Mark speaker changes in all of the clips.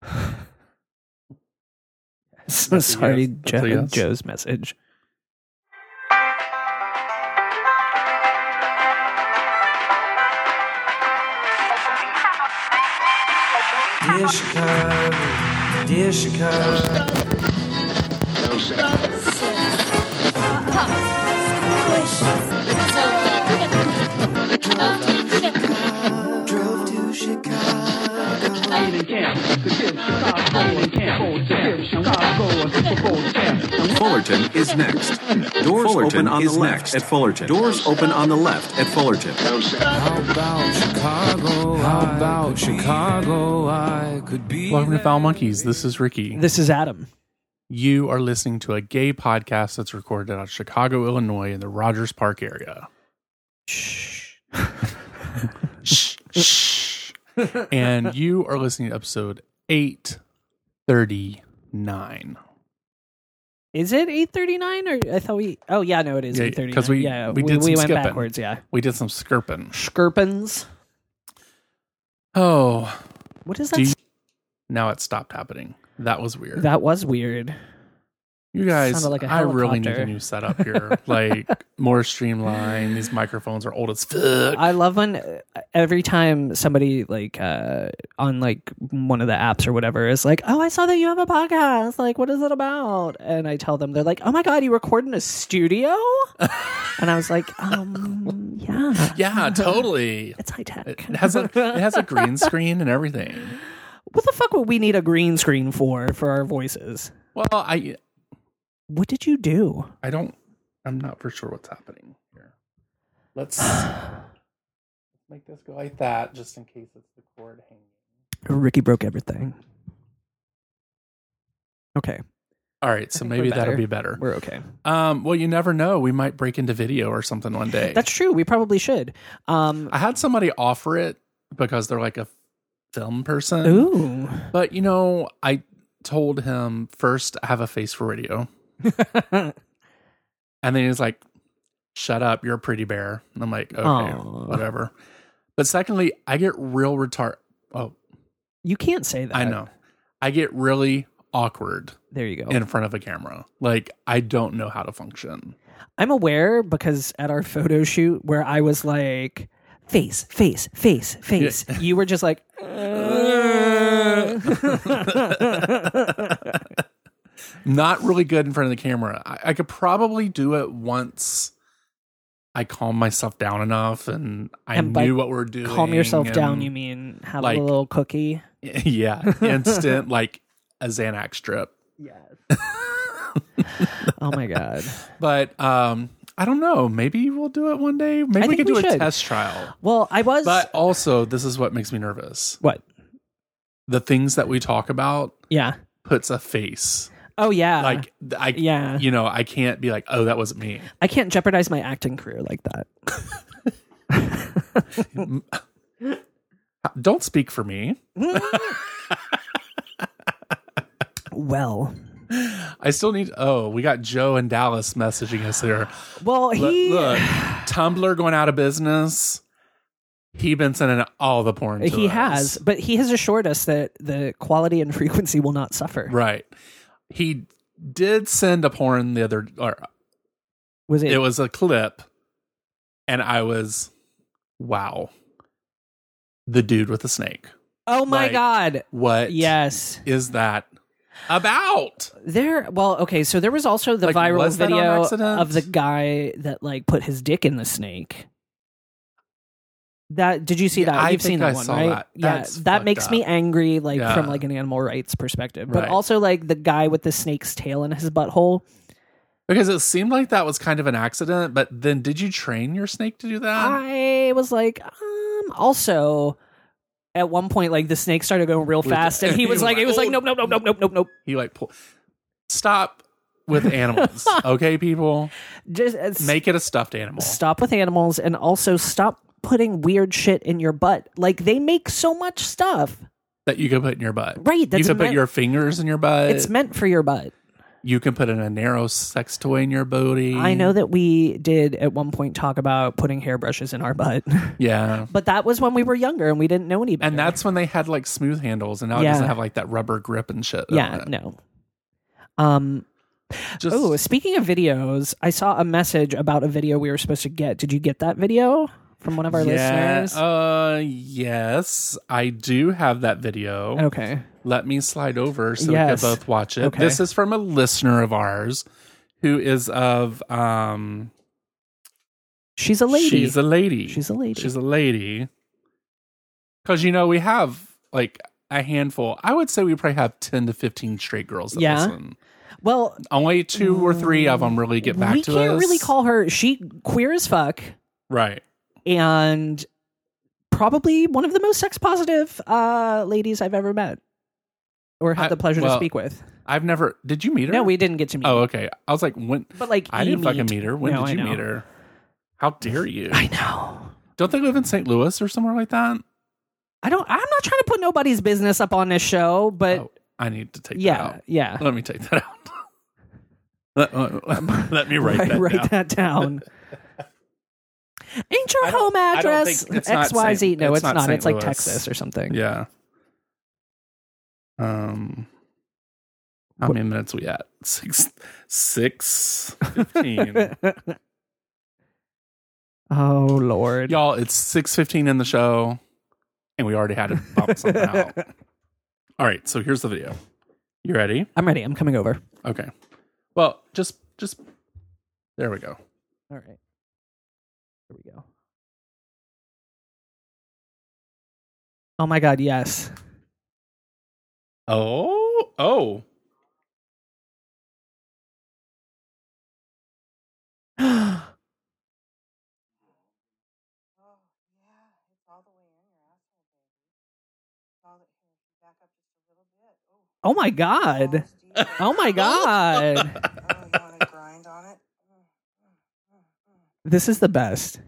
Speaker 1: So
Speaker 2: That's a
Speaker 1: sorry,
Speaker 2: yes. That's
Speaker 1: Joe,
Speaker 2: a yes.
Speaker 1: Joe's message.
Speaker 3: Dear Chicago, dear Chicago, drove to Chicago.
Speaker 4: Fullerton is next. Doors
Speaker 5: Fullerton
Speaker 4: open on
Speaker 5: is
Speaker 4: the
Speaker 5: next.
Speaker 4: left at Fullerton. Doors open on the left at Fullerton.
Speaker 3: How about Chicago? How about Chicago? I could be.
Speaker 2: Welcome to Foul Monkeys. This is Ricky.
Speaker 1: This is Adam.
Speaker 2: You are listening to a gay podcast that's recorded out of Chicago, Illinois, in the Rogers Park area. Shh. Shh. and you are listening to episode 839.
Speaker 1: Is it eight thirty nine or I thought we? Oh yeah, no, it is
Speaker 2: Yeah,
Speaker 1: eight thirty nine.
Speaker 2: 'cause we-
Speaker 1: yeah,
Speaker 2: we did some
Speaker 1: went
Speaker 2: skipping.
Speaker 1: backwards. Yeah,
Speaker 2: We did some skirping.
Speaker 1: Skirpins.
Speaker 2: Oh,
Speaker 1: What is that?
Speaker 2: Do you-
Speaker 1: s-
Speaker 2: now it stopped happening. That was weird.
Speaker 1: that was weird.
Speaker 2: you guys,
Speaker 1: sounded like a
Speaker 2: I really need
Speaker 1: helicopter.
Speaker 2: a new setup here. like more streamlined. These microphones are old as fuck.
Speaker 1: I love when uh, every time somebody like uh on like one of the apps or whatever is like, "Oh, I saw that you have a podcast. Like, what is it about?" And I tell them, they're like, "Oh my god, you record in a studio?" and I was like, "Um, yeah,
Speaker 2: Yeah, totally.
Speaker 1: it's high tech.
Speaker 2: It has a it has a green screen and everything.
Speaker 1: what the fuck would we need a green screen for for our voices?
Speaker 2: Well, I
Speaker 1: What did you do?"
Speaker 2: I don't I'm not for sure what's happening here. Let's make this go like that just in case it's the cord hanging.
Speaker 1: Ricky broke everything. Okay,
Speaker 2: All right, so
Speaker 1: think
Speaker 2: maybe
Speaker 1: we're
Speaker 2: that'll
Speaker 1: better.
Speaker 2: be better.
Speaker 1: we're okay.
Speaker 2: Um, well, you never know. We might break into video or something one day.
Speaker 1: That's true. We probably should. Um,
Speaker 2: I had somebody offer it because they're like a film person.
Speaker 1: ooh.
Speaker 2: But you know, I told him first I have a face for radio. and then he was like, Shut up, you're a pretty bear. And I'm like, Okay,
Speaker 1: Aw.
Speaker 2: whatever. But secondly, I get real retard oh,
Speaker 1: You can't say that. Oh.
Speaker 2: I know. I get really awkward
Speaker 1: There you go.
Speaker 2: in front of a camera. Like I don't know how to function.
Speaker 1: I'm aware because at our photo shoot where I was like face, face, face, face, you were just like
Speaker 2: Not really good in front of the camera. I, I could probably do it once I calm myself down enough and I
Speaker 1: And by
Speaker 2: knew what we we're doing.
Speaker 1: calm yourself down.
Speaker 2: and-
Speaker 1: You mean have
Speaker 2: like-
Speaker 1: a little cookie?
Speaker 2: Yeah, instant like a Xanax strip.
Speaker 1: Oh my god.
Speaker 2: But um I don't know. Maybe we'll do it one day. Maybe we
Speaker 1: think
Speaker 2: could do
Speaker 1: we
Speaker 2: a
Speaker 1: should.
Speaker 2: test trial.
Speaker 1: Well, I was
Speaker 2: But also, this is what makes me nervous.
Speaker 1: what?
Speaker 2: The things that we talk about
Speaker 1: Yeah.
Speaker 2: puts a face.
Speaker 1: Oh yeah.
Speaker 2: Like th- I
Speaker 1: yeah.
Speaker 2: you know, I can't be like, "Oh, that wasn't me."
Speaker 1: I can't jeopardize my acting career like that.
Speaker 2: Don't speak for me.
Speaker 1: Well,
Speaker 2: I still need Oh, we got Joe and Dallas messaging us there.
Speaker 1: well,
Speaker 2: Look,
Speaker 1: he
Speaker 2: look, Tumblr going out of business. He been sending all the porn. to
Speaker 1: he
Speaker 2: us.
Speaker 1: has, but he has assured us that the quality and frequency will not suffer.
Speaker 2: Right. He did send a porn the other or
Speaker 1: Was it?
Speaker 2: it was a clip and I was wow. The dude with the snake.
Speaker 1: oh my
Speaker 2: like-
Speaker 1: god.
Speaker 2: What
Speaker 1: Yes.
Speaker 2: is that about?
Speaker 1: There. Well, okay. So there was also the
Speaker 2: Like,
Speaker 1: viral
Speaker 2: was that on
Speaker 1: video
Speaker 2: accident?
Speaker 1: of the guy that like put his dick in the snake. That did you see
Speaker 2: Yeah,
Speaker 1: that?
Speaker 2: I
Speaker 1: You've
Speaker 2: think
Speaker 1: seen that
Speaker 2: I
Speaker 1: one,
Speaker 2: saw
Speaker 1: right?
Speaker 2: that.
Speaker 1: Yeah,
Speaker 2: That's
Speaker 1: that
Speaker 2: fucked
Speaker 1: makes me
Speaker 2: up.
Speaker 1: angry, like from
Speaker 2: Yeah.
Speaker 1: like an animal rights perspective, but
Speaker 2: Right.
Speaker 1: also like the guy with the snake's tail in his butthole.
Speaker 2: Because it seemed like that was kind of an accident, but then did you train your snake to do that?
Speaker 1: I was like, um. Also, at one point, like the snake started going real fast, and he was like, it was
Speaker 2: Oh,
Speaker 1: like, nope, nope, nope, nope, nope, nope, nope.
Speaker 2: He like pull stop with animals. okay, people.
Speaker 1: Just it's-
Speaker 2: Make it a stuffed animal.
Speaker 1: stop with animals and also stop putting weird shit in your butt. Like they make so much stuff.
Speaker 2: that you can put in your butt.
Speaker 1: Right,
Speaker 2: you
Speaker 1: that's
Speaker 2: can put
Speaker 1: meant-
Speaker 2: your fingers in your butt.
Speaker 1: It's meant for your butt.
Speaker 2: you can put in a narrow sex toy in your booty.
Speaker 1: I know that we did at one point talk about putting hairbrushes in our butt,
Speaker 2: Yeah.
Speaker 1: but that was when we were younger and we didn't know any better.
Speaker 2: And that's when they had like smooth handles, and now it
Speaker 1: Yeah.
Speaker 2: uh, doesn't have like that rubber grip and shit. on
Speaker 1: yeah,
Speaker 2: it.
Speaker 1: no. Um,
Speaker 2: Just
Speaker 1: oh, speaking of videos, I saw a message about a video we were supposed to get. Did you get that video from one of our
Speaker 2: yeah,
Speaker 1: listeners?
Speaker 2: Uh, yes, I do have that video.
Speaker 1: okay.
Speaker 2: Let me slide over so
Speaker 1: Oh. Yes.
Speaker 2: we can both watch it.
Speaker 1: Okay.
Speaker 2: This is from a listener of ours who is of um
Speaker 1: She's a lady.
Speaker 2: she's a lady.
Speaker 1: She's a lady.
Speaker 2: She's a lady. Cuz you know we have like a handful. I would say we probably have 10 to 15 straight girls that
Speaker 1: Yeah.
Speaker 2: listen.
Speaker 1: well,
Speaker 2: Only two or three of them really get back
Speaker 1: we
Speaker 2: to
Speaker 1: can't
Speaker 2: us.
Speaker 1: really call her. She queer as fuck
Speaker 2: Right.
Speaker 1: and probably one of the most sex positive uh, ladies I've ever met or had
Speaker 2: I-
Speaker 1: the pleasure to
Speaker 2: well,
Speaker 1: speak with.
Speaker 2: I've never Did you meet her?
Speaker 1: No, we didn't get to meet.
Speaker 2: Oh, okay. I was like when
Speaker 1: But like,
Speaker 2: I
Speaker 1: e-meet.
Speaker 2: didn't fucking meet her. When
Speaker 1: No,
Speaker 2: did
Speaker 1: I
Speaker 2: you
Speaker 1: know.
Speaker 2: meet her? How dare you?
Speaker 1: I know.
Speaker 2: Don't they live in St. Louis or somewhere like that?
Speaker 1: I don't. I'm not trying to put nobody's business up on this show, but
Speaker 2: oh, I need to take that
Speaker 1: yeah,
Speaker 2: out.
Speaker 1: yeah.
Speaker 2: Let me take that out. let, let- let me write that down.
Speaker 1: that down. Ain't your
Speaker 2: I don't-
Speaker 1: home
Speaker 2: I don't
Speaker 1: address
Speaker 2: think- it's not
Speaker 1: X Y Z?
Speaker 2: Saint-
Speaker 1: No,
Speaker 2: it's
Speaker 1: it's
Speaker 2: not
Speaker 1: not.
Speaker 2: Saint
Speaker 1: It's like
Speaker 2: Louis.
Speaker 1: Texas or something.
Speaker 2: Yeah. Um, how many minutes we at? Six, six fifteen.
Speaker 1: oh lord.
Speaker 2: Y'all, it's six fifteen in the show, and we already had to bump something out. All right, so here's the video. You ready?
Speaker 1: I'm ready. I'm coming over.
Speaker 2: Okay. Well, just just there we go.
Speaker 1: All right. Here we go. Oh my god, yes.
Speaker 2: Oh, oh.
Speaker 1: Oh my god. Oh my god. This is the best.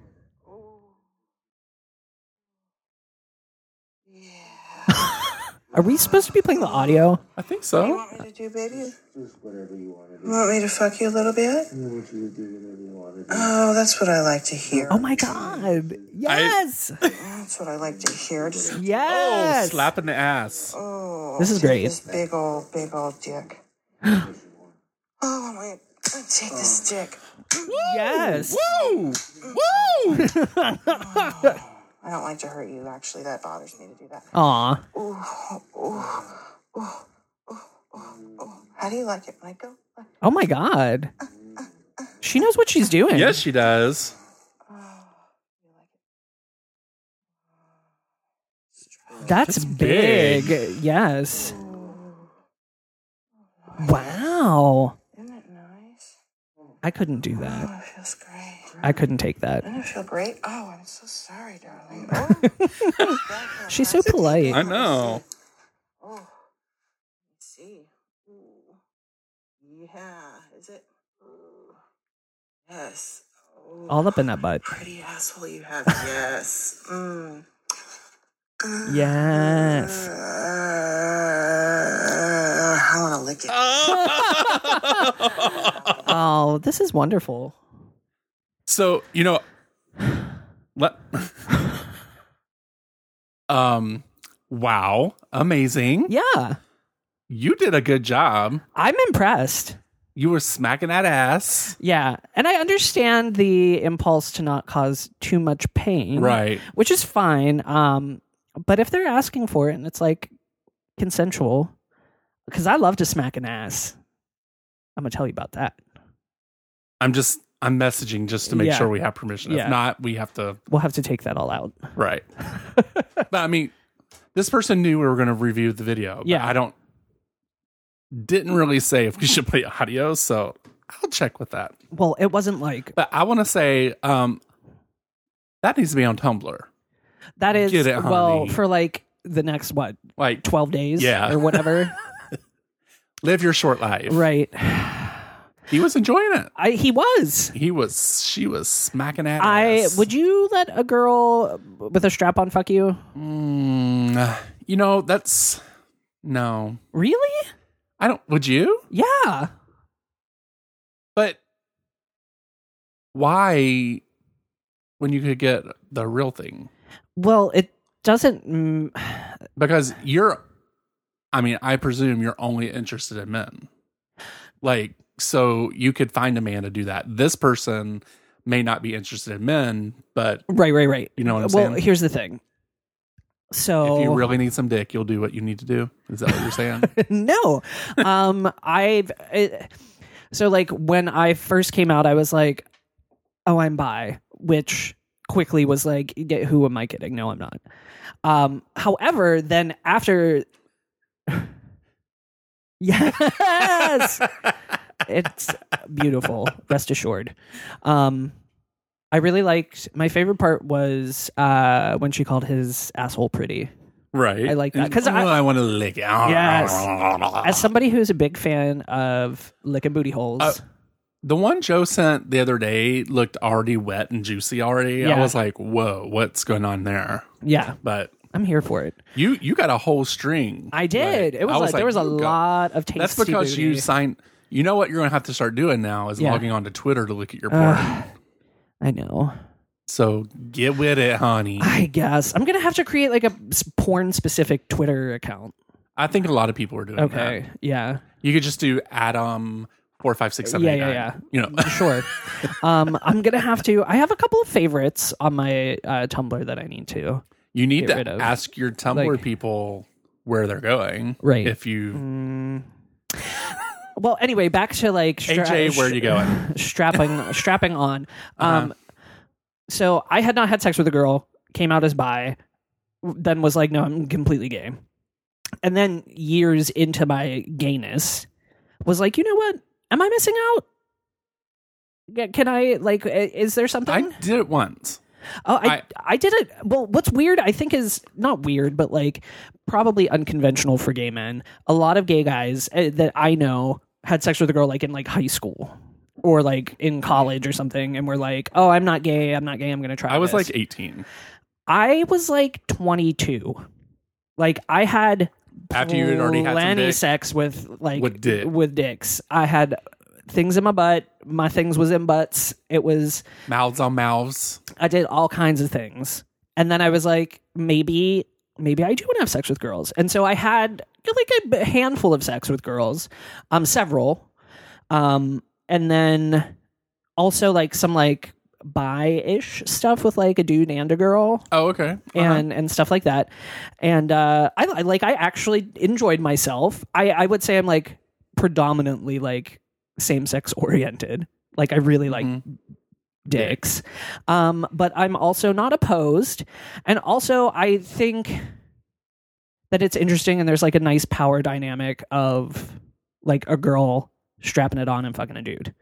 Speaker 1: Are we supposed to be playing the audio?
Speaker 2: I think
Speaker 5: You
Speaker 2: so.
Speaker 5: want me to do, baby? Just whatever you want to do. You want me to fuck you a little bit? I want you to do whatever you want to do. Oh, that's what I like to hear.
Speaker 1: Oh my god. Yes.
Speaker 5: That's what I like to hear. Just,
Speaker 1: Yes. Uh.
Speaker 2: Oh, slap in the ass.
Speaker 5: oh,
Speaker 1: This is
Speaker 5: take
Speaker 1: great.
Speaker 5: This big old, big old dick. oh, my. Take this dick.
Speaker 1: Yes.
Speaker 2: Woo! Woo!
Speaker 5: I don't like to hurt you, actually. That bothers me to do that.
Speaker 1: Aw.
Speaker 5: How do you like it, Michael?
Speaker 1: Oh my god. She knows what she's doing.
Speaker 2: yes, she does.
Speaker 1: That's,
Speaker 2: That's
Speaker 1: big.
Speaker 2: big.
Speaker 1: Yes. Wow.
Speaker 5: Isn't it nice?
Speaker 1: I couldn't do that.
Speaker 5: Oh, it feels great.
Speaker 1: I couldn't take that.
Speaker 5: Doesn't it feel great? Oh, I'm so sorry, darling. Oh,
Speaker 1: She's so polite.
Speaker 2: I know.
Speaker 5: Oh, let's see. Ooh. Yeah, is it? Ooh. Yes. Oh,
Speaker 1: All up in that butt.
Speaker 5: pretty asshole you have. yes. Mm.
Speaker 1: Yes.
Speaker 5: Uh, I want to lick it.
Speaker 1: Oh, this is wonderful.
Speaker 2: So you know, let um, wow, amazing!
Speaker 1: Yeah.
Speaker 2: You did a good job.
Speaker 1: I'm impressed.
Speaker 2: You were smacking that ass,
Speaker 1: Yeah. And I understand the impulse to not cause too much pain.
Speaker 2: right?
Speaker 1: Which is fine. Um, but if they're asking for it and it's like consensual, because I love to smack an ass. I'm gonna tell you about that.
Speaker 2: I'm just I'm messaging just to make
Speaker 1: Yeah.
Speaker 2: sure we have permission.
Speaker 1: Yeah.
Speaker 2: If not, we have to
Speaker 1: We'll have to take that all out.
Speaker 2: right. but I mean, this person knew we were going to review the video. but
Speaker 1: Yeah.
Speaker 2: I don't didn't really say if we should play audio, so I'll check with that.
Speaker 1: Well, it wasn't like
Speaker 2: But I want to say um, that needs to be on Tumblr.
Speaker 1: that is
Speaker 2: Get it,
Speaker 1: well
Speaker 2: honey.
Speaker 1: for like the next what
Speaker 2: Like,
Speaker 1: twelve days,
Speaker 2: Yeah.
Speaker 1: or whatever,
Speaker 2: live your short life.
Speaker 1: right?
Speaker 2: He was enjoying it.
Speaker 1: I, he was.
Speaker 2: He was. She was smacking at.
Speaker 1: I would you let a girl with a strap on fuck you?
Speaker 2: Mm, you know, that's no.
Speaker 1: Really?
Speaker 2: I don't. Would you?
Speaker 1: Yeah.
Speaker 2: But why? When you could get the real thing,
Speaker 1: Well, it doesn't. Mm,
Speaker 2: because you're. I mean, I presume you're only interested in men. Like, so you could find a man to do that. This person may not be interested in men, but
Speaker 1: Right, right, right.
Speaker 2: You know what I'm
Speaker 1: well,
Speaker 2: saying?
Speaker 1: here's the thing. So
Speaker 2: if you really need some dick, you'll do what you need to do. Is that what you're saying?
Speaker 1: no um i've it, so like when i first came out i was like oh i'm bi which quickly was like get, who am i kidding no i'm not um however then after yes it's beautiful rest assured um i really liked my favorite part was uh when she called his asshole pretty
Speaker 2: right.
Speaker 1: I like that, 'cause
Speaker 2: oh,
Speaker 1: I-
Speaker 2: I, want to lick it.
Speaker 1: Yes. as somebody who's a big fan of licking booty holes
Speaker 2: Uh, The one Joe sent the other day looked already wet and juicy already.
Speaker 1: Yeah.
Speaker 2: I was like, whoa, what's going on there?
Speaker 1: Yeah,
Speaker 2: But
Speaker 1: I'm here for it.
Speaker 2: you you got a whole string.
Speaker 1: I did.
Speaker 2: Like,
Speaker 1: it was,
Speaker 2: I
Speaker 1: like, there was a
Speaker 2: you
Speaker 1: lot
Speaker 2: got-
Speaker 1: of tasty.
Speaker 2: That's because
Speaker 1: booty.
Speaker 2: you signed. You know what you're gonna have to start doing now is
Speaker 1: Yeah.
Speaker 2: logging onto Twitter to look at your porn.
Speaker 1: Ugh. I know.
Speaker 2: so get with it, honey.
Speaker 1: I guess I'm gonna have to create like a porn specific Twitter account.
Speaker 2: I think a lot of people are doing
Speaker 1: Okay.
Speaker 2: that.
Speaker 1: Yeah.
Speaker 2: You could just do Adam four five six seven
Speaker 1: Yeah,
Speaker 2: eight
Speaker 1: yeah,
Speaker 2: nine.
Speaker 1: yeah.
Speaker 2: You know,
Speaker 1: Sure. um, I'm gonna have to. I have a couple of favorites on my uh, Tumblr that I need to.
Speaker 2: you need
Speaker 1: Get
Speaker 2: to
Speaker 1: rid of.
Speaker 2: ask your Tumblr
Speaker 1: Like-
Speaker 2: people where they're going.
Speaker 1: Right. Mm-hmm.
Speaker 2: If you
Speaker 1: Well, anyway, back to like stra-
Speaker 2: AJ, where are you going? Uh-huh.
Speaker 1: strapping strapping on. Um, so I had not had sex with a girl, came out as bi, then was like, no, I'm completely gay, and then years into my gayness, was like, you know what? Am I missing out? Yeah, Can I like? i- Is there something?
Speaker 2: I did it once.
Speaker 1: Oh, I, I
Speaker 2: I-
Speaker 1: did it. Well, what's weird, I think, is not weird, but like probably unconventional for gay men. A lot of gay guys uh, that I know had sex with a girl like in like high school or like in college or something, and were like, "Oh, I'm not gay. I'm not gay. I'm gonna try."
Speaker 2: I was
Speaker 1: this."
Speaker 2: like eighteen.
Speaker 1: I was like 22. Like I had
Speaker 2: After you had already had some
Speaker 1: plenty
Speaker 2: dick?
Speaker 1: sex with like
Speaker 2: With dick.
Speaker 1: with dicks. I had things in my butt. My things was in butts. It was
Speaker 2: Mouths on mouths.
Speaker 1: I did all kinds of things. And then I was like, maybe, maybe I do want to have sex with girls. And so I had like a handful of sex with girls, um, several. Um, and then also like some like bi ish stuff with like a dude and a girl
Speaker 2: Oh, okay.
Speaker 1: and and stuff like that. And uh, I, I like I actually enjoyed myself. I I would say I'm like predominantly like same sex oriented. Like I really like
Speaker 2: Mm-hmm.
Speaker 1: dicks, um, but I'm also not opposed. And also I think that it's interesting and there's like a nice power dynamic of like a girl strapping it on and fucking a dude.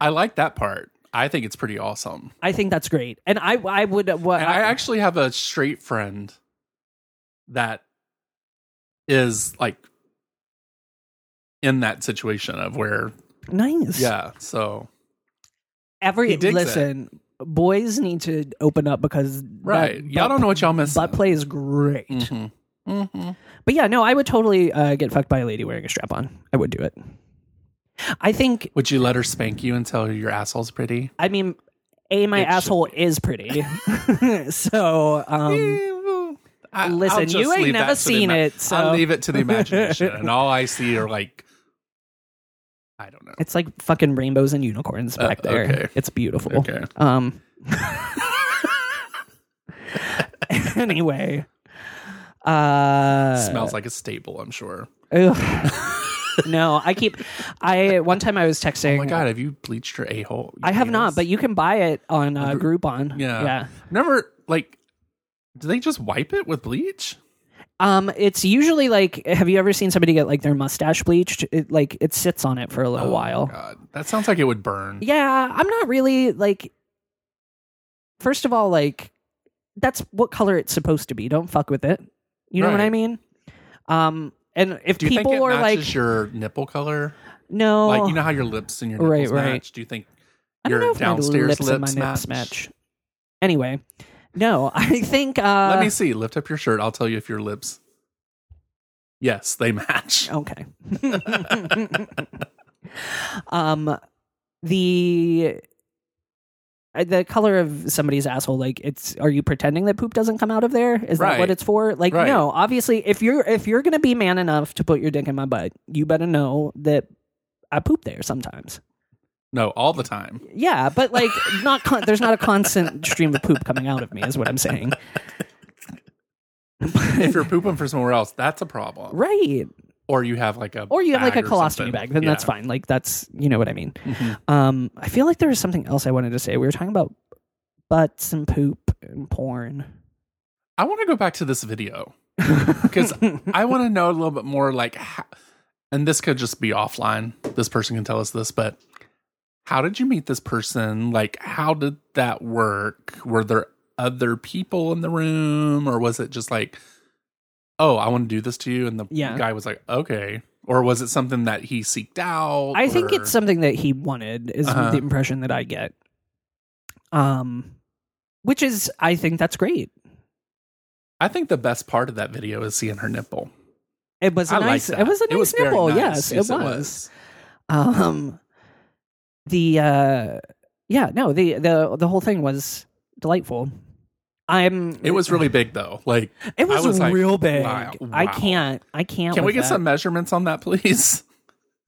Speaker 2: I like that part. I think it's pretty awesome.
Speaker 1: I think that's great. And I I would uh, what
Speaker 2: And I actually have a straight friend that is like in that situation of where
Speaker 1: nice.
Speaker 2: yeah, so
Speaker 1: every
Speaker 2: He digs it.
Speaker 1: listen boys need to open up because
Speaker 2: right. y'all don't know what y'all missed.
Speaker 1: butt play Mm-hmm. is great
Speaker 2: Mhm. Mhm.
Speaker 1: but yeah no i would totally uh, get fucked by a lady wearing a strap on i would do it i think
Speaker 2: Would you let her spank you and tell her your asshole's pretty?
Speaker 1: i mean a my
Speaker 2: It should
Speaker 1: asshole is pretty so um
Speaker 2: I,
Speaker 1: Listen,
Speaker 2: just
Speaker 1: you ain't
Speaker 2: leave
Speaker 1: never
Speaker 2: that to the
Speaker 1: seen
Speaker 2: ima-
Speaker 1: it, so-
Speaker 2: I'll leave it to the imagination, and all I see are like, I don't know.
Speaker 1: it's like fucking rainbows and unicorns back there
Speaker 2: Uh, okay.
Speaker 1: it's beautiful
Speaker 2: Okay.
Speaker 1: um anyway uh
Speaker 2: smells like a staple. I'm sure.
Speaker 1: Ugh. no, I keep. I one time I was texting.
Speaker 2: Oh my god, have you bleached your a hole?
Speaker 1: I have not, but you can buy it on uh, Groupon.
Speaker 2: yeah,
Speaker 1: yeah.
Speaker 2: Remember, like, do they just wipe it with bleach?
Speaker 1: Um, it's usually like. Have you ever seen somebody get like their mustache bleached? It like it sits on it for a little while.
Speaker 2: Oh God, that sounds like it would burn.
Speaker 1: Yeah, I'm not really like. First of all, like that's what color it's supposed to be. Don't fuck with it. You know what
Speaker 2: Right.
Speaker 1: I mean? Um, and if
Speaker 2: Do you
Speaker 1: people
Speaker 2: think it
Speaker 1: are
Speaker 2: matches
Speaker 1: like,
Speaker 2: your nipple color?
Speaker 1: no,
Speaker 2: Like, you know how your lips and your
Speaker 1: Right,
Speaker 2: nipples
Speaker 1: right.
Speaker 2: match. Do you think
Speaker 1: I don't
Speaker 2: your
Speaker 1: know if my
Speaker 2: downstairs
Speaker 1: lips, and my
Speaker 2: lips
Speaker 1: nips
Speaker 2: match?
Speaker 1: match. Anyway, no, I think. Uh,
Speaker 2: Let me see. Lift up your shirt. I'll tell you if your lips. Yes, they match.
Speaker 1: Okay. um, the uh, the color of somebody's asshole, like it's. Are you pretending that poop doesn't come out of there? Is that what
Speaker 2: Right.
Speaker 1: it's for? Like,
Speaker 2: Right.
Speaker 1: no. Obviously, if you're if you're gonna be man enough to put your dick in my butt, you better know that I poop there sometimes.
Speaker 2: No, all the time.
Speaker 1: Yeah, but like not con- there's not a constant stream of poop coming out of me is what I'm saying.
Speaker 2: If you're pooping for somewhere else, that's a problem.
Speaker 1: Right.
Speaker 2: Or you have like a
Speaker 1: Or you have like a
Speaker 2: bag or
Speaker 1: colostomy
Speaker 2: something.
Speaker 1: bag, then that's
Speaker 2: Yeah.
Speaker 1: fine. Like that's you know what I mean.
Speaker 2: Mhm.
Speaker 1: Um I feel like there was something else I wanted to say. We were talking about butts and poop and porn.
Speaker 2: I want to go back to this video because I want to know a little bit more like how, and this could just be offline. This person can tell us this, but how did you meet this person? Like how did that work? Were there other people in the room or was it just like oh, I want to do this to you and the
Speaker 1: Yeah.
Speaker 2: guy was like, "Okay." Or was it something that he seeked out?
Speaker 1: I think
Speaker 2: or-
Speaker 1: it's something that he wanted is
Speaker 2: Uh-huh.
Speaker 1: the impression that I get. Um which is I think that's great.
Speaker 2: I think the best part of that video is seeing her nipple.
Speaker 1: It was a
Speaker 2: I
Speaker 1: nice
Speaker 2: like that.
Speaker 1: it was a nice
Speaker 2: very
Speaker 1: nipple.
Speaker 2: nice.
Speaker 1: Yes, it was. um the uh yeah no the the the whole thing was delightful i'm
Speaker 2: It was really big though. Like
Speaker 1: it
Speaker 2: I
Speaker 1: was,
Speaker 2: was like,
Speaker 1: real big
Speaker 2: wow,
Speaker 1: i
Speaker 2: wow.
Speaker 1: can't i can't
Speaker 2: Can we
Speaker 1: with
Speaker 2: get
Speaker 1: that.
Speaker 2: some measurements on that, please?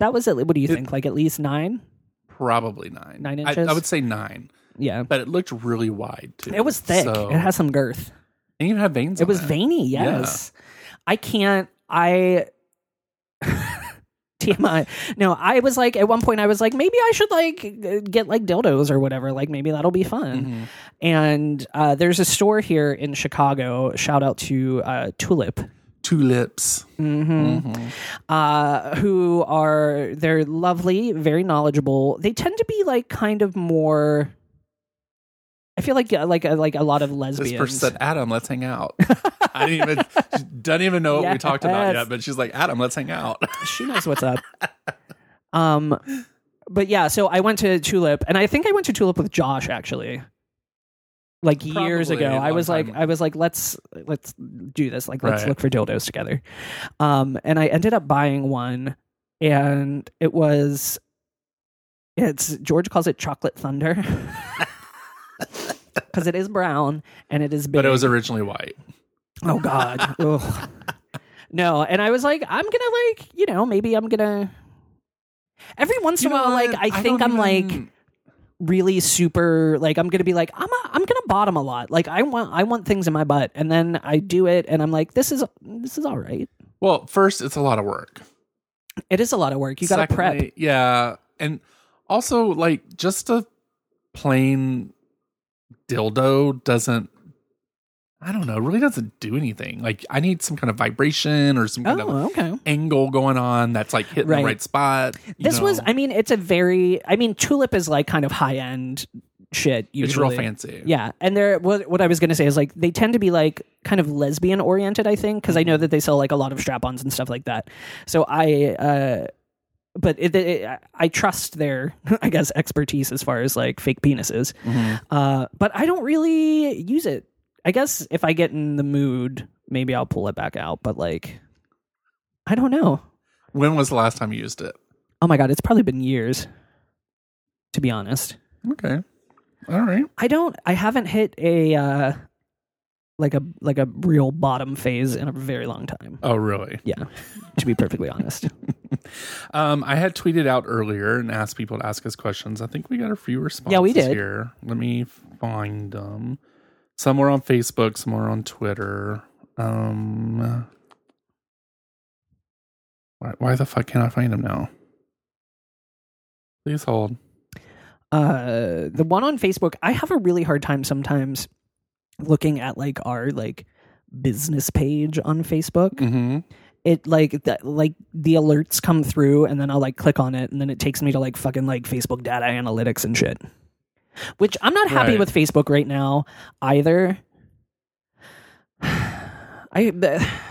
Speaker 1: that was at what do you
Speaker 2: It-
Speaker 1: think like at least nine
Speaker 2: Probably nine.
Speaker 1: Nine
Speaker 2: I-
Speaker 1: inches?
Speaker 2: I, would say nine,
Speaker 1: yeah
Speaker 2: but it looked really wide too.
Speaker 1: it was thick
Speaker 2: So-
Speaker 1: it has some girth
Speaker 2: and you have veins.
Speaker 1: it
Speaker 2: on
Speaker 1: was
Speaker 2: it.
Speaker 1: veiny
Speaker 2: Yeah.
Speaker 1: yes i can't i TMI. No, I was like at one point I was like maybe I should like get like dildos or whatever. Like maybe that'll be fun.
Speaker 2: Mhm.
Speaker 1: And uh, there's a store here in Chicago. Shout out to uh, Tulip,
Speaker 2: Two lips. Mhm.
Speaker 1: Mm-hmm. uh, who are they're lovely, very knowledgeable. They tend to be like kind of more. I feel like yeah, like like a lot of lesbians.
Speaker 2: This person said, "Adam, let's hang out." I didn't even she doesn't even know what we talked about
Speaker 1: Yes.
Speaker 2: yet, but she's like, "Adam, let's hang out."
Speaker 1: she knows what's up. Um, but yeah, so I went to Tulip, and I think I went to Tulip with Josh actually, like years
Speaker 2: Probably
Speaker 1: ago.
Speaker 2: a
Speaker 1: I
Speaker 2: long
Speaker 1: was like,
Speaker 2: time.
Speaker 1: I was like, let's let's do this. Like, let's
Speaker 2: Right.
Speaker 1: look for dildos together. Um, and I ended up buying one, and it was, it's George calls it chocolate thunder. Because it is brown and it is big.
Speaker 2: but it was originally white.
Speaker 1: Oh God. Ugh. No, and I was like, I'm gonna like, you know, maybe I'm gonna. Every once in a while, like I, think I'm like really super, like I'm gonna be like, I'm a, I'm gonna bottom a lot. Like I want I want things in my butt, and then I do it, and I'm like, this is this is all right.
Speaker 2: Well, first, it's a lot of work.
Speaker 1: It is a lot of work. You gotta prep.
Speaker 2: Secondly, Yeah. And also, like, just a plain dildo doesn't, I don't know, really doesn't do anything. Like, I need some kind of vibration or some kind of
Speaker 1: Oh, okay.
Speaker 2: angle going on that's like hitting
Speaker 1: Right.
Speaker 2: the right spot. you
Speaker 1: This was,
Speaker 2: know.
Speaker 1: I mean, it's a very, I mean, Tulip is like kind of high end shit. Usually.
Speaker 2: it's real fancy.
Speaker 1: Yeah, and they're what, what I was going to say is like they tend to be like kind of lesbian oriented, I think, because I know that they sell like a lot of strap-ons and stuff like that. So I, uh, but it, it, I trust their, I guess, expertise as far as like fake penises. Uh, but I don't really use it. I guess if I get in the mood, maybe I'll pull it back out. But like, I don't know.
Speaker 2: When was the last time you used it?
Speaker 1: Oh my god, it's probably been years. To be honest.
Speaker 2: Okay. All right.
Speaker 1: I don't. I haven't hit a uh, like a like a real bottom phase in a very long time.
Speaker 2: Oh, really?
Speaker 1: Yeah, to be perfectly honest.
Speaker 2: Um, I had tweeted out earlier and asked people to ask us questions. I think we got a few responses.
Speaker 1: Yeah, we did.
Speaker 2: Here, let me find them. Some were on Facebook, some were on Twitter. Um, why, why the fuck can't I find them now? Please hold.
Speaker 1: Uh, the one on Facebook, I have a really hard time sometimes looking at like our like business page on Facebook.
Speaker 2: Mm-hmm.
Speaker 1: It like that like the alerts come through, and then I'll like click on it, and then it takes me to like fucking like Facebook data analytics and shit. Which I'm not happy
Speaker 2: Right.
Speaker 1: with Facebook right now either. I. The,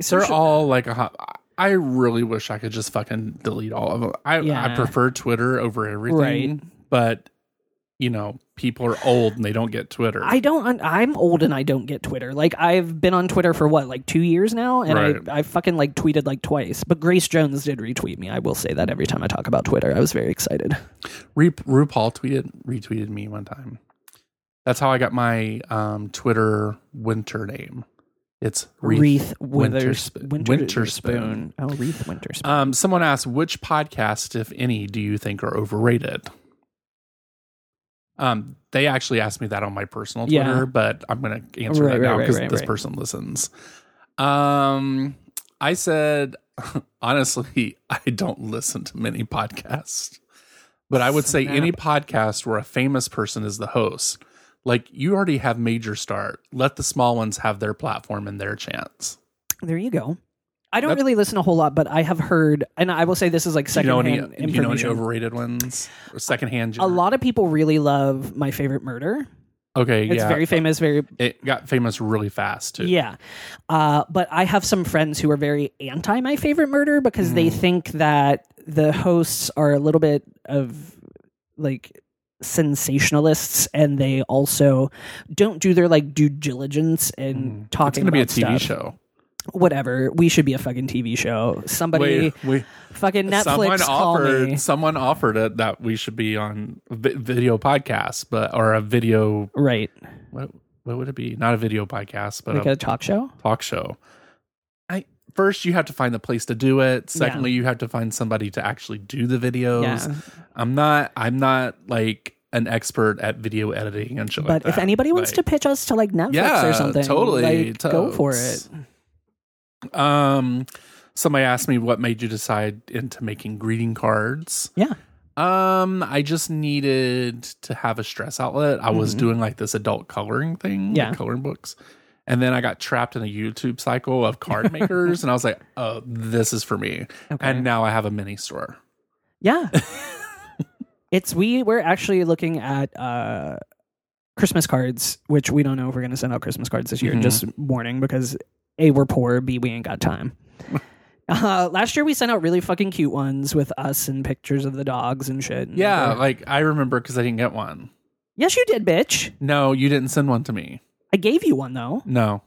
Speaker 2: They're
Speaker 1: Social-
Speaker 2: all like a hot. I really wish I could just fucking delete all of them. I, I
Speaker 1: Yeah.
Speaker 2: prefer Twitter over everything,
Speaker 1: Right.
Speaker 2: but you know, people are old and they don't get Twitter.
Speaker 1: I don't. un- I'm old and I don't get Twitter. Like I've been on Twitter for what, like two years now, and
Speaker 2: Right.
Speaker 1: I I fucking like tweeted like twice. But Grace Jones did retweet me. I will say that every time I talk about Twitter, I was very excited.
Speaker 2: Re- RuPaul tweeted retweeted me one time. That's how I got my um, Twitter winter name. It's
Speaker 1: Wreath Withers
Speaker 2: Winterspoon.
Speaker 1: Winterspoon. Oh, Wreath Winterspoon.
Speaker 2: Um, someone asked, which podcast, if any, do you think are overrated? Um, they actually asked me that on my personal
Speaker 1: Yeah.
Speaker 2: Twitter, but I'm going to answer
Speaker 1: Right,
Speaker 2: that
Speaker 1: right,
Speaker 2: now
Speaker 1: right,
Speaker 2: because
Speaker 1: right,
Speaker 2: this
Speaker 1: right.
Speaker 2: person listens. Um, I said, honestly, I don't listen to many podcasts, but I would say any podcast where a famous person is the host, like you already have major start. Let the small ones have their platform and their chance.
Speaker 1: there you go. I don't
Speaker 2: That's-
Speaker 1: really listen a whole lot, but I have heard, and I will say this is like
Speaker 2: Do you know
Speaker 1: secondhand
Speaker 2: any?
Speaker 1: information.
Speaker 2: Do you know any overrated ones or secondhand?
Speaker 1: a lot of people really love my favorite murder.
Speaker 2: Okay,
Speaker 1: It's
Speaker 2: yeah,
Speaker 1: very famous, very
Speaker 2: it got famous really fast too.
Speaker 1: Yeah. Uh, but I have some friends who are very anti my favorite murder because they
Speaker 2: Hmm.
Speaker 1: think that the hosts are a little bit of like sensationalists and they also don't do their like due diligence in
Speaker 2: Hmm. it's
Speaker 1: talking
Speaker 2: going to be a
Speaker 1: about
Speaker 2: TV
Speaker 1: stuff.
Speaker 2: show.
Speaker 1: Whatever. We should be a fucking TV show. Somebody
Speaker 2: Wait, wait.
Speaker 1: fucking Netflix
Speaker 2: someone
Speaker 1: call
Speaker 2: offered
Speaker 1: me.
Speaker 2: someone offered it that we should be on a vi- video podcast, but or a video.
Speaker 1: Right.
Speaker 2: What, what would it be? Not a video podcast, but
Speaker 1: Like
Speaker 2: a
Speaker 1: a talk show?
Speaker 2: talk show. I first you have to find the place to do it. Secondly, you have to find somebody to actually do the videos.
Speaker 1: Yeah.
Speaker 2: I'm not. I'm not like an expert at video editing and shit. like
Speaker 1: But if
Speaker 2: that.
Speaker 1: anybody wants
Speaker 2: Like-
Speaker 1: to pitch us to like Netflix
Speaker 2: Yeah,
Speaker 1: or something,
Speaker 2: totally,
Speaker 1: like, go for it.
Speaker 2: totes. Um, somebody asked me what made you decide into making greeting cards.
Speaker 1: Yeah.
Speaker 2: Um, I just needed to have a stress outlet. I was doing like this adult coloring thing, like,
Speaker 1: Mm-hmm. Yeah.
Speaker 2: coloring books. And then I got trapped in a YouTube cycle of card makers, and I was like, "Oh, this is for me." And now I have a mini store.
Speaker 1: Yeah. it's we we're actually looking at uh Christmas cards, which we don't know if we're gonna send out Christmas cards this year,
Speaker 2: Mm-hmm.
Speaker 1: just warning because A, we're poor, B, we ain't got time. Uh, last year we sent out really fucking cute ones with us and pictures of the dogs and shit. and
Speaker 2: Yeah,
Speaker 1: whatever.
Speaker 2: like I remember because I didn't get one.
Speaker 1: yes, you did, bitch.
Speaker 2: No, you didn't send one to me.
Speaker 1: I gave you one though.
Speaker 2: No,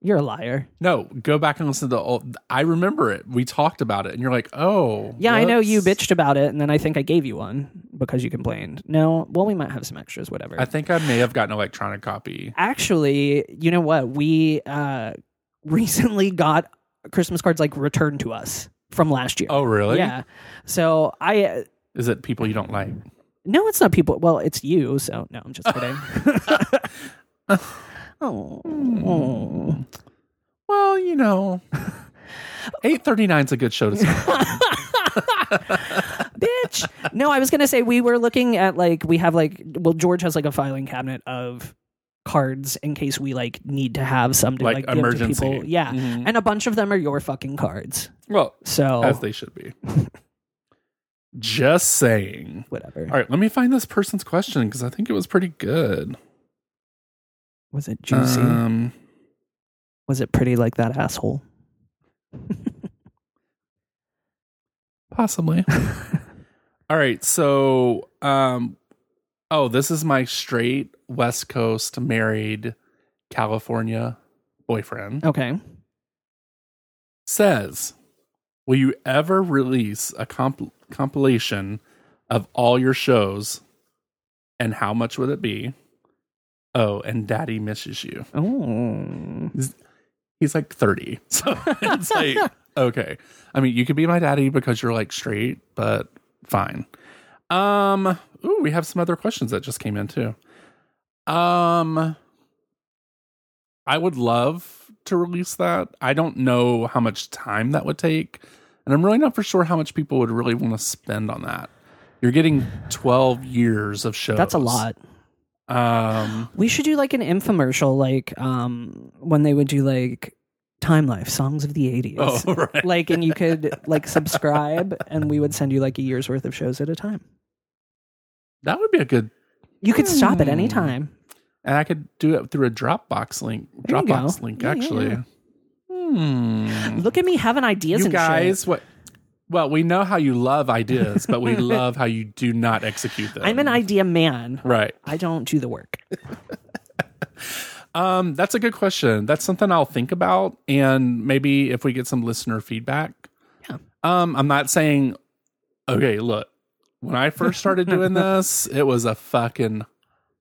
Speaker 1: You're a liar.
Speaker 2: no. Go back and listen to the old. I remember it. We talked about it, and you're like, "Oh,
Speaker 1: Yeah, I know you
Speaker 2: whoops."
Speaker 1: bitched about it, and then I think I gave you one because you complained. No, well, we might have some extras, whatever.
Speaker 2: I think I may have gotten an electronic copy.
Speaker 1: actually, you know what? We uh, recently got Christmas cards like returned to us from last year.
Speaker 2: Oh, really?
Speaker 1: yeah. So I uh,
Speaker 2: Is it people you don't like?
Speaker 1: no, it's not people. Well, it's you. So no, I'm just kidding. oh, oh.
Speaker 2: Well, you know, eight thirty nine is a good show to start.
Speaker 1: bitch. No, I was gonna say we were looking at like we have like well George has like a filing cabinet of cards in case we like need to have some to
Speaker 2: Like
Speaker 1: like, give to
Speaker 2: emergency. Mm-hmm.
Speaker 1: people. Yeah, and a bunch of them are your fucking cards.
Speaker 2: well,
Speaker 1: So
Speaker 2: as they should be. Just saying.
Speaker 1: whatever.
Speaker 2: All right, let me find this person's question because I think it was pretty good.
Speaker 1: Was it juicy?
Speaker 2: Um,
Speaker 1: Was it pretty like that asshole?
Speaker 2: possibly. All right, so um, oh, this is my straight West Coast married California boyfriend.
Speaker 1: Okay.
Speaker 2: says, "Will you ever release a comp- compilation of all your shows, and how much would it be?" Oh, and Daddy misses you.
Speaker 1: Oh.
Speaker 2: He's like thirty, so it's like okay. I mean, you could be my daddy because you're like straight, but fine. Um, ooh, we have some other questions that just came in too. Um, I would love to release that. I don't know how much time that would take, and I'm really not for sure how much people would really want to spend on that. You're getting 12 years of shows.
Speaker 1: That's a lot.
Speaker 2: Um,
Speaker 1: We should do like an infomercial, like um when they would do like Time Life songs of the eighties.
Speaker 2: oh, right.
Speaker 1: Like and you could like subscribe and we would send you like a year's worth of shows at a time.
Speaker 2: that would be a good
Speaker 1: You could stop at any
Speaker 2: Hmm.
Speaker 1: time.
Speaker 2: and I could do it through a Dropbox link.
Speaker 1: There you
Speaker 2: Dropbox
Speaker 1: go.
Speaker 2: link,
Speaker 1: Yeah, yeah,
Speaker 2: actually.
Speaker 1: yeah.
Speaker 2: Hmm.
Speaker 1: Look at me having ideas
Speaker 2: you
Speaker 1: and
Speaker 2: guys,
Speaker 1: shit.
Speaker 2: what? Well, we know how you love ideas, but we love how you do not execute them.
Speaker 1: I'm an idea man.
Speaker 2: right.
Speaker 1: I don't do the work.
Speaker 2: Um, that's a good question. That's something I'll think about, and maybe if we get some listener feedback.
Speaker 1: Yeah.
Speaker 2: Um, I'm not saying. Okay, look. When I first started doing this, it was a fucking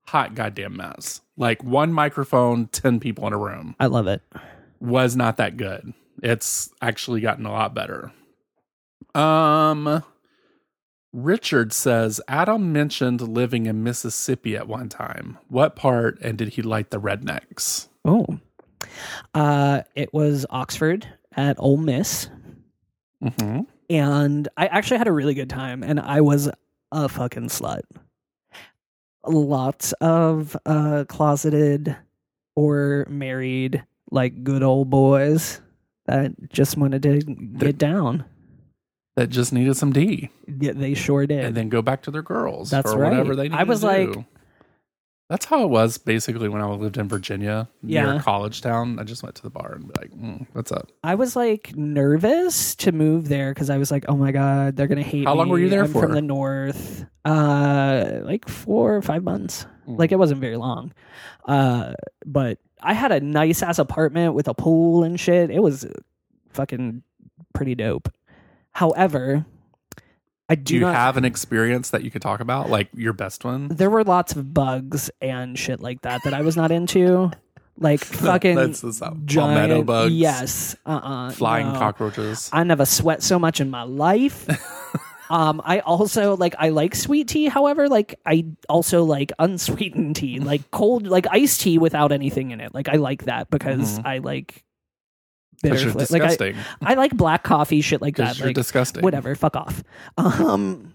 Speaker 2: hot goddamn mess. Like one microphone, ten people in a room.
Speaker 1: I love it.
Speaker 2: was not that good. It's actually gotten a lot better. Um Richard says Adam mentioned living in Mississippi at one time. What part and did he like the rednecks?
Speaker 1: Oh. Uh, it was Oxford at Ole Miss.
Speaker 2: Mm-hmm.
Speaker 1: and I actually had a really good time, and I was a fucking slut. Lots of uh, closeted or married, like good old boys that just wanted to get down.
Speaker 2: That just needed some D
Speaker 1: Yeah, they sure did.
Speaker 2: and then go back to their girls
Speaker 1: That's
Speaker 2: or
Speaker 1: right.
Speaker 2: whatever they
Speaker 1: I
Speaker 2: needed
Speaker 1: was
Speaker 2: to
Speaker 1: like-
Speaker 2: do. That's how it was basically when I lived in Virginia
Speaker 1: Yeah.
Speaker 2: near
Speaker 1: college
Speaker 2: college town. I just went to the bar and be like, mm, what's up?
Speaker 1: I was like nervous to move there because I was like, oh my god, they're gonna hate.
Speaker 2: How long
Speaker 1: me.
Speaker 2: were you there
Speaker 1: I'm From
Speaker 2: for?
Speaker 1: the north, uh, like four or five months.
Speaker 2: Mm.
Speaker 1: Like it wasn't very long, uh, but I had a nice ass apartment with a pool and shit. It was fucking pretty dope. However, I do,
Speaker 2: Do you
Speaker 1: not.
Speaker 2: have an experience that you could talk about? Like your best one?
Speaker 1: there were lots of bugs and shit like that that I was not into. Like fucking
Speaker 2: That's the sound.
Speaker 1: giant,
Speaker 2: Palmetto bugs.
Speaker 1: Yes, uh, uh
Speaker 2: Flying
Speaker 1: no.
Speaker 2: cockroaches.
Speaker 1: I never sweat so much in my life. um, I also like I like sweet tea. However, like I also like unsweetened tea, like cold, like iced tea without anything in it. Like I like that because I like bitter.
Speaker 2: Because Mm-hmm. you're
Speaker 1: fla- like I,
Speaker 2: disgusting.
Speaker 1: I like black coffee, shit like
Speaker 2: Because
Speaker 1: that.
Speaker 2: you're
Speaker 1: Like
Speaker 2: disgusting.
Speaker 1: whatever, fuck off. Um,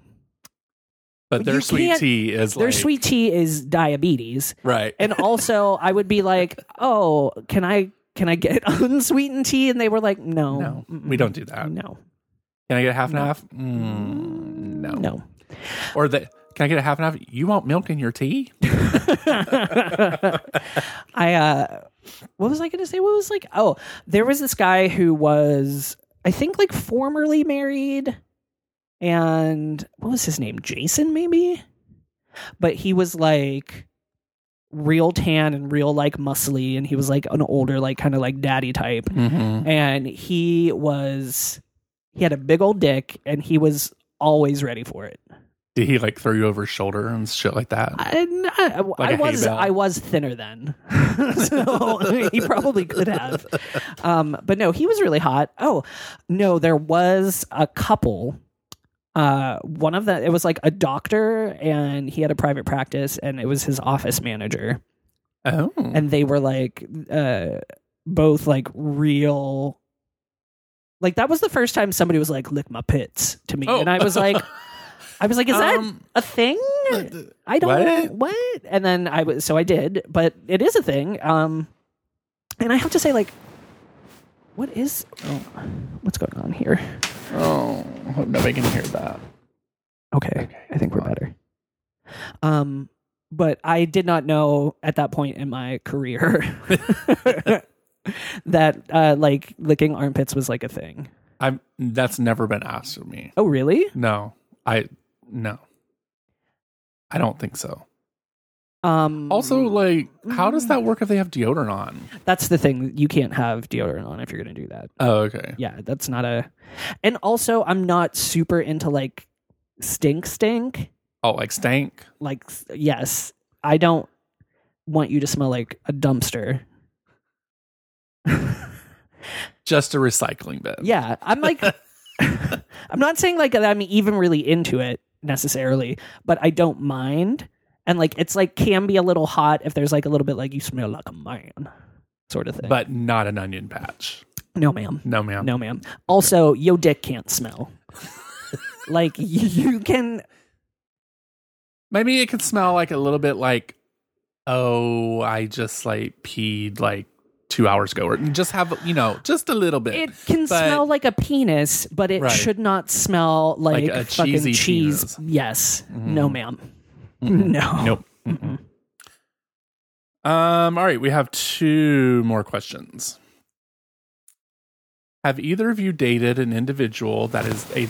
Speaker 2: But their
Speaker 1: You
Speaker 2: sweet
Speaker 1: can't-
Speaker 2: tea is
Speaker 1: their
Speaker 2: like,
Speaker 1: sweet tea is diabetes,
Speaker 2: Right.
Speaker 1: and also I would be like, oh, can I? Can I get unsweetened tea? And they were like, no,
Speaker 2: no,
Speaker 1: mm-mm,
Speaker 2: we don't do that.
Speaker 1: No,
Speaker 2: Can I get a half and half? Mm, no.
Speaker 1: no.
Speaker 2: Or the, can I get a half and half? You want milk in your tea?
Speaker 1: I uh what was I gonna say? What was like oh, there was this guy who was I think like formerly married and what was his name? Jason maybe? But he was like real tan and real like muscly and he was like an older like kind of like daddy type
Speaker 2: Mm-hmm.
Speaker 1: and he was he had a big old dick and he was always ready for it.
Speaker 2: Did he like throw you over his shoulder and shit like that?
Speaker 1: I, I- I
Speaker 2: a hay
Speaker 1: was
Speaker 2: bale.
Speaker 1: I was thinner then, so he probably could have. Um, but no, he was really hot. Oh no, there was a couple. Uh, one of the it was like a doctor, and he had a private practice, and it was his office manager,
Speaker 2: oh.
Speaker 1: and they were like uh, both like real. Like that was the first time somebody was like lick my pits to me,
Speaker 2: Oh.
Speaker 1: and I was like, I was like, is that
Speaker 2: Um,
Speaker 1: a thing? I don't
Speaker 2: What?
Speaker 1: what? And then I was so I did, but it is a thing. Um and I have to say like what is oh, what's going on here?
Speaker 2: Oh, hope nobody can hear that.
Speaker 1: Okay. I think we're better. Um but I did not know at that point in my career that uh like licking armpits was like a thing.
Speaker 2: I'm. That's never been asked of me.
Speaker 1: Oh really?
Speaker 2: No, I no. I don't think so.
Speaker 1: Um
Speaker 2: Also, like, how
Speaker 1: Mm.
Speaker 2: does that work if they have deodorant on?
Speaker 1: that's the thing. You can't have deodorant on if you're gonna do that.
Speaker 2: Oh, okay.
Speaker 1: yeah, that's not a. And also, I'm not super into like stink, stink.
Speaker 2: Oh, like stank.
Speaker 1: Like, s- yes, I don't want you to smell like a dumpster.
Speaker 2: Just a recycling bin.
Speaker 1: Yeah, I'm like, I'm not saying like that I'm even really into it necessarily, but I don't mind. And like, it's like can be a little hot if there's like a little bit like you smell like a man, sort of thing.
Speaker 2: but not an onion patch.
Speaker 1: no, ma'am.
Speaker 2: No, ma'am.
Speaker 1: No, ma'am. Also, yo dick can't smell. like you can
Speaker 2: Maybe it could smell like a little bit like, oh, I just like peed like two hours ago, or just have you know just a little bit.
Speaker 1: It can
Speaker 2: But-
Speaker 1: smell like a penis, but it
Speaker 2: Right.
Speaker 1: should not smell like,
Speaker 2: Like a
Speaker 1: fucking
Speaker 2: cheesy
Speaker 1: cheese.
Speaker 2: penis.
Speaker 1: Yes. No, ma'am. No.
Speaker 2: Mm-hmm. Nope. Mm-hmm. Um. All right, we have two more questions. Have either of you dated an individual that is a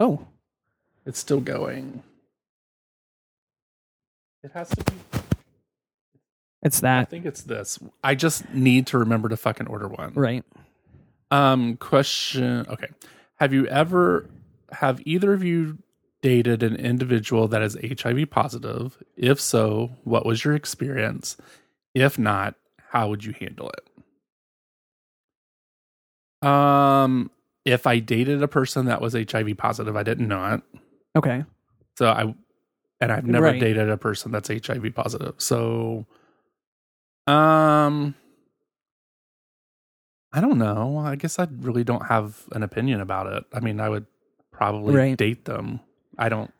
Speaker 1: Oh.
Speaker 2: It's still going. It has to be.
Speaker 1: It's
Speaker 2: I
Speaker 1: that.
Speaker 2: think it's this. I just need to remember to fucking order one.
Speaker 1: Right.
Speaker 2: Um. Question. Okay. Have you ever? Have either of you dated an individual that is HIV positive? If so, what was your experience? If not, how would you handle it? Um, if I dated a person that was HIV positive, I didn't know it.
Speaker 1: Okay.
Speaker 2: So I, and I've never
Speaker 1: Right.
Speaker 2: dated a person that's HIV positive. So, um, I don't know. I guess I really don't have an opinion about it. I mean, I would probably
Speaker 1: Right.
Speaker 2: date them. I don't.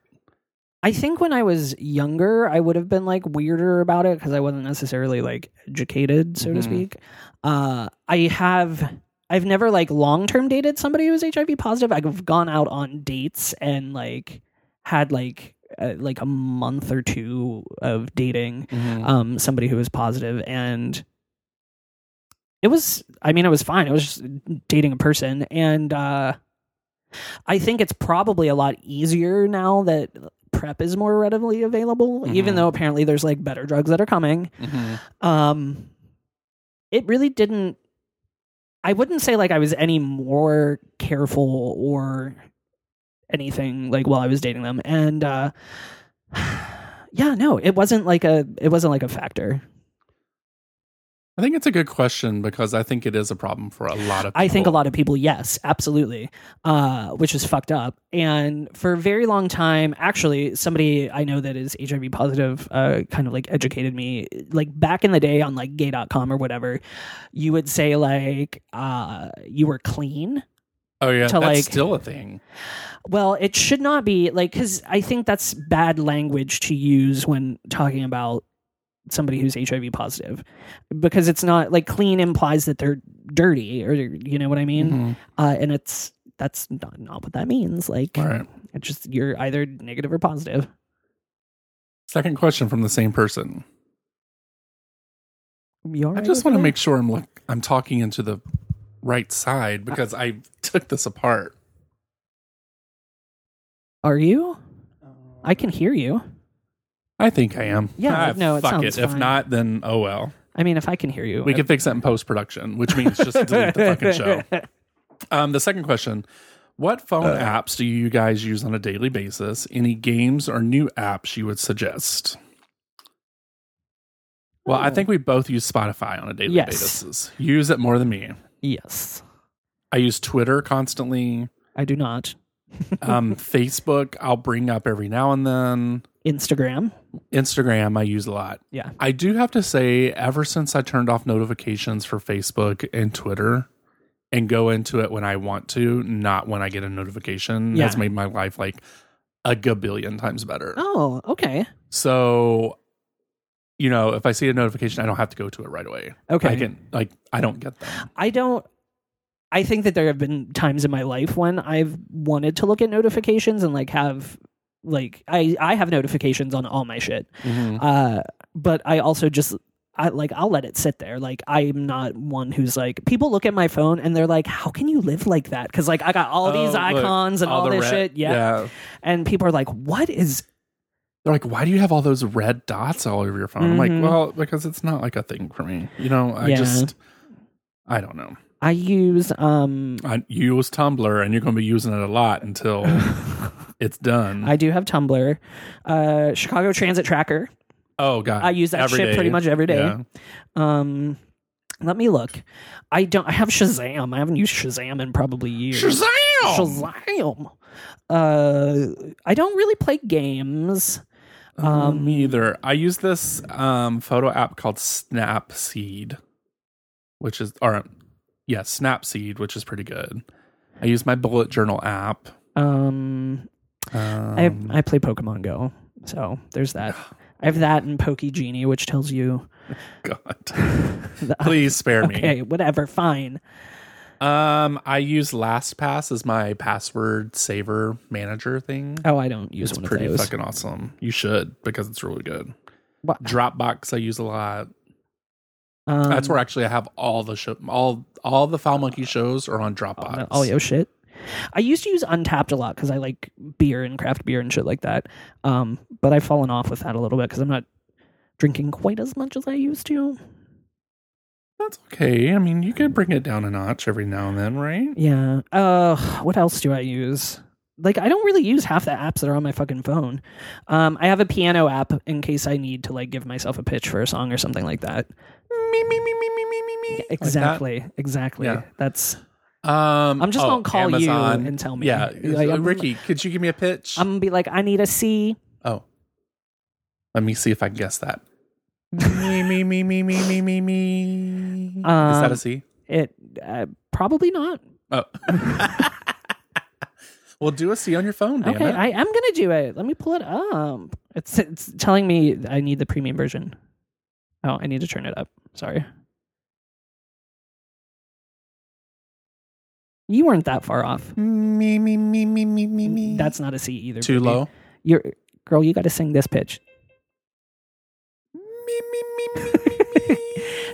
Speaker 1: I think when I was younger, I would have been like weirder about it because I wasn't necessarily like educated, so to
Speaker 2: Mhm.
Speaker 1: speak. Uh, I have, I've never like long term dated somebody who was HIV positive. I've gone out on dates and like had like uh, like a month or two of dating um, somebody who was positive, and it was. I mean, it was fine. It was just dating a person, and uh, I think it's probably a lot easier now that prep is more readily available. Even
Speaker 2: Mhm.
Speaker 1: though apparently there's like better drugs that are coming,
Speaker 2: mm-hmm.
Speaker 1: um it really didn't i wouldn't say like i was any more careful or anything like while i was dating them and uh yeah no it wasn't like a it wasn't like a factor
Speaker 2: I think it's a good question because I think it is a problem for a lot of people.
Speaker 1: I think a lot of people, yes, absolutely, uh, which is fucked up. And for a very long time, actually, somebody I know that is HIV positive uh, kind of like educated me. Like back in the day on like gay.com or whatever, you would say like uh, you were clean.
Speaker 2: Oh yeah,
Speaker 1: to,
Speaker 2: that's
Speaker 1: like-
Speaker 2: still a thing.
Speaker 1: Well, it should not be like, because I think that's bad language to use when talking about somebody who's HIV positive because it's not like clean implies that they're dirty or you know what I
Speaker 2: Mm-hmm.
Speaker 1: mean? uh, and it's that's not, not what that means. Like,
Speaker 2: All right.
Speaker 1: it's just you're either negative or positive.
Speaker 2: Second question from the same person.
Speaker 1: You all
Speaker 2: I
Speaker 1: right
Speaker 2: just
Speaker 1: over
Speaker 2: want to
Speaker 1: there?
Speaker 2: make sure I'm look I'm talking into the right side because I took this apart.
Speaker 1: Are you? I can hear you.
Speaker 2: I think I am.
Speaker 1: Yeah,
Speaker 2: Ah,
Speaker 1: no, it
Speaker 2: fuck
Speaker 1: sounds
Speaker 2: it. If
Speaker 1: fine.
Speaker 2: not, then oh well.
Speaker 1: I mean, if I can hear you,
Speaker 2: We can fix that in post production, which means just delete the fucking show. Um, the second question: What phone apps do you guys use on a daily basis? Any games or new apps you would suggest? Well, I think we both use Spotify on a daily
Speaker 1: Oh. Yes.
Speaker 2: basis. You use it more than me.
Speaker 1: yes,
Speaker 2: I use Twitter constantly.
Speaker 1: I do not.
Speaker 2: Um, Facebook, I'll bring up every now and then.
Speaker 1: Instagram,
Speaker 2: Instagram, I use a lot.
Speaker 1: yeah,
Speaker 2: I do have to say, ever since I turned off notifications for Facebook and Twitter and go into it when I want to, not when I get a notification,
Speaker 1: Yeah.
Speaker 2: has made my life like a gabillion times better.
Speaker 1: oh, okay,
Speaker 2: So, you know, if I see a notification, I don't have to go to it right away.
Speaker 1: okay.
Speaker 2: I can, like, I don't get them.
Speaker 1: I don't. I think that there have been times in my life when I've wanted to look at notifications and like have like I I have notifications on all my shit.
Speaker 2: Mm-hmm.
Speaker 1: Uh, but I also just I like I'll let it sit there. Like I'm not one who's like people look at my phone and they're like, how can you live like that? Because like I got all
Speaker 2: Oh,
Speaker 1: these
Speaker 2: look,
Speaker 1: icons and all,
Speaker 2: the
Speaker 1: this
Speaker 2: red-
Speaker 1: shit. Yeah. and people are like, what is?
Speaker 2: They're like, why do you have all those red dots all over your phone? I'm
Speaker 1: Mhm.
Speaker 2: like, well, because it's not like a thing for me. You know, I
Speaker 1: Yeah.
Speaker 2: just, I don't know.
Speaker 1: I use um
Speaker 2: I, you use Tumblr and you're going to be using it a lot until it's done.
Speaker 1: I do have Tumblr, uh Chicago Transit Tracker.
Speaker 2: oh God,
Speaker 1: I use that
Speaker 2: Every
Speaker 1: shit
Speaker 2: day.
Speaker 1: pretty much every day.
Speaker 2: Yeah.
Speaker 1: Um, let me look. I don't. I have Shazam. I haven't used Shazam in probably years.
Speaker 2: Shazam!
Speaker 1: Shazam. Uh, I don't really play games.
Speaker 2: Um, me either. I use this um, photo app called Snapseed, which is or yeah, Snapseed, which is pretty good. I use my bullet journal app.
Speaker 1: Um,
Speaker 2: Um,
Speaker 1: I have, I play Pokemon Go. So there's that. I have that and Poke Genie, which tells you.
Speaker 2: God, please spare me.
Speaker 1: Okay, whatever. Fine.
Speaker 2: Um, I use LastPass as my password saver manager thing.
Speaker 1: Oh, I don't use
Speaker 2: It's
Speaker 1: one
Speaker 2: pretty
Speaker 1: of those.
Speaker 2: fucking awesome. You should because it's really good.
Speaker 1: What-
Speaker 2: Dropbox I use a lot.
Speaker 1: Um,
Speaker 2: That's where actually I have all the show, all all the Foul Monkey shows are on Dropbox.
Speaker 1: Oh, oh, yo, shit. I used to use Untapped a lot because I like beer and craft beer and shit like that. Um, but I've fallen off with that a little bit because I'm not drinking quite as much as I used to.
Speaker 2: That's okay. I mean, you can bring it down a notch every now and then, right?
Speaker 1: Yeah. Uh, what else do I use? like I don't really use half the apps that are on my fucking phone. Um, I have a piano app in case I need to like give myself a pitch for a song or something like that.
Speaker 2: Me, me, me, me, me, me, me, me. Like that.
Speaker 1: Exactly, exactly.
Speaker 2: Yeah.
Speaker 1: That's
Speaker 2: Um,
Speaker 1: I'm just
Speaker 2: oh,
Speaker 1: gonna call you
Speaker 2: Amazon.
Speaker 1: and tell me.
Speaker 2: Yeah,
Speaker 1: Like,
Speaker 2: Uh,
Speaker 1: I'm-
Speaker 2: Ricky, could you give me a pitch?
Speaker 1: I'm gonna be like, I need a C.
Speaker 2: oh, let me see if I can guess that. me me me me me me me me. Is that
Speaker 1: Um,
Speaker 2: a C?
Speaker 1: It uh, probably not.
Speaker 2: Oh. well, do a C on your phone. Damn
Speaker 1: okay,
Speaker 2: it.
Speaker 1: I am gonna do it. Let me pull it up. It's it's telling me I need the premium version. Oh, I need to turn it up. Sorry. You weren't that far off.
Speaker 2: me me me me me me me.
Speaker 1: That's not a C either.
Speaker 2: too
Speaker 1: baby.
Speaker 2: low.
Speaker 1: You're girl. You got to sing this pitch.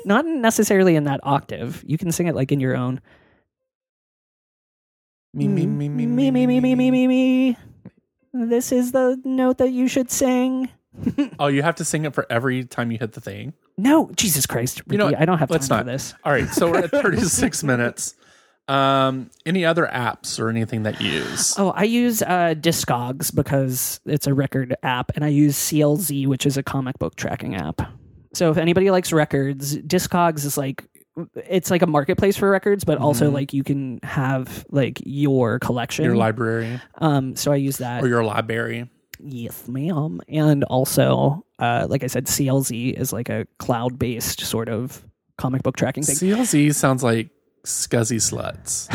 Speaker 1: Not necessarily in that octave. You can sing it like in your own.
Speaker 2: Me me me me
Speaker 1: me me me me me me me. This is the note that you should sing.
Speaker 2: Oh, you have to sing it for every time you hit the thing.
Speaker 1: No, Jesus Christ, Ricky,
Speaker 2: You know what?
Speaker 1: I don't have time
Speaker 2: Let's
Speaker 1: for
Speaker 2: not.
Speaker 1: this.
Speaker 2: All right, so we're at 36 minutes. Um, any other apps or anything that you use?
Speaker 1: Oh, I use uh, Discogs because it's a record app, and I use CLZ, which is a comic book tracking app. So if anybody likes records, Discogs is like it's like a marketplace for records, but also like you can have like your collection.
Speaker 2: Your library
Speaker 1: um, so I use that.
Speaker 2: or your library?
Speaker 1: Yes, ma'am. And also, uh, like I said, CLZ is like a cloud-based sort of comic book tracking thing.
Speaker 2: CLZ sounds like scuzzy sluts.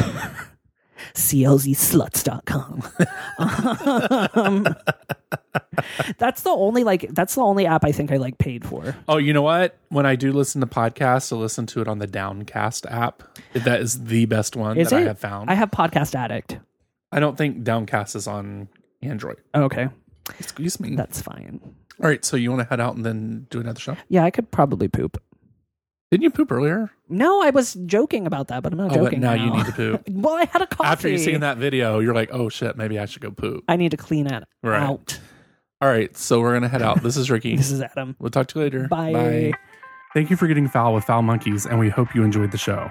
Speaker 1: clzsluts.com. um, that's the only like that's the only app I think I like paid for.
Speaker 2: Oh, you know what? When I do listen to podcasts, I listen to it on the Downcast app. That is the best one
Speaker 1: Is
Speaker 2: that I
Speaker 1: it?
Speaker 2: have found.
Speaker 1: I
Speaker 2: I,
Speaker 1: have Podcast Addict.
Speaker 2: don't think Downcast is on Android.
Speaker 1: Oh, Okay,
Speaker 2: Excuse me.
Speaker 1: that's fine.
Speaker 2: All right, so you want to head out and then do another show?
Speaker 1: Yeah, I could probably poop.
Speaker 2: Didn't you poop earlier?
Speaker 1: No, I was joking about that, but I'm not
Speaker 2: Oh, but
Speaker 1: joking.
Speaker 2: now, you need to poop.
Speaker 1: Well, I had a coffee.
Speaker 2: After you seen that video, you're like, oh shit, maybe I should go poop.
Speaker 1: I need to clean it
Speaker 2: Right.
Speaker 1: out.
Speaker 2: All right, so we're gonna head out. This is Ricky.
Speaker 1: This is Adam.
Speaker 2: We'll talk to you later.
Speaker 1: Bye.
Speaker 2: Thank you for getting foul with Foul Monkeys, and we hope you enjoyed the show.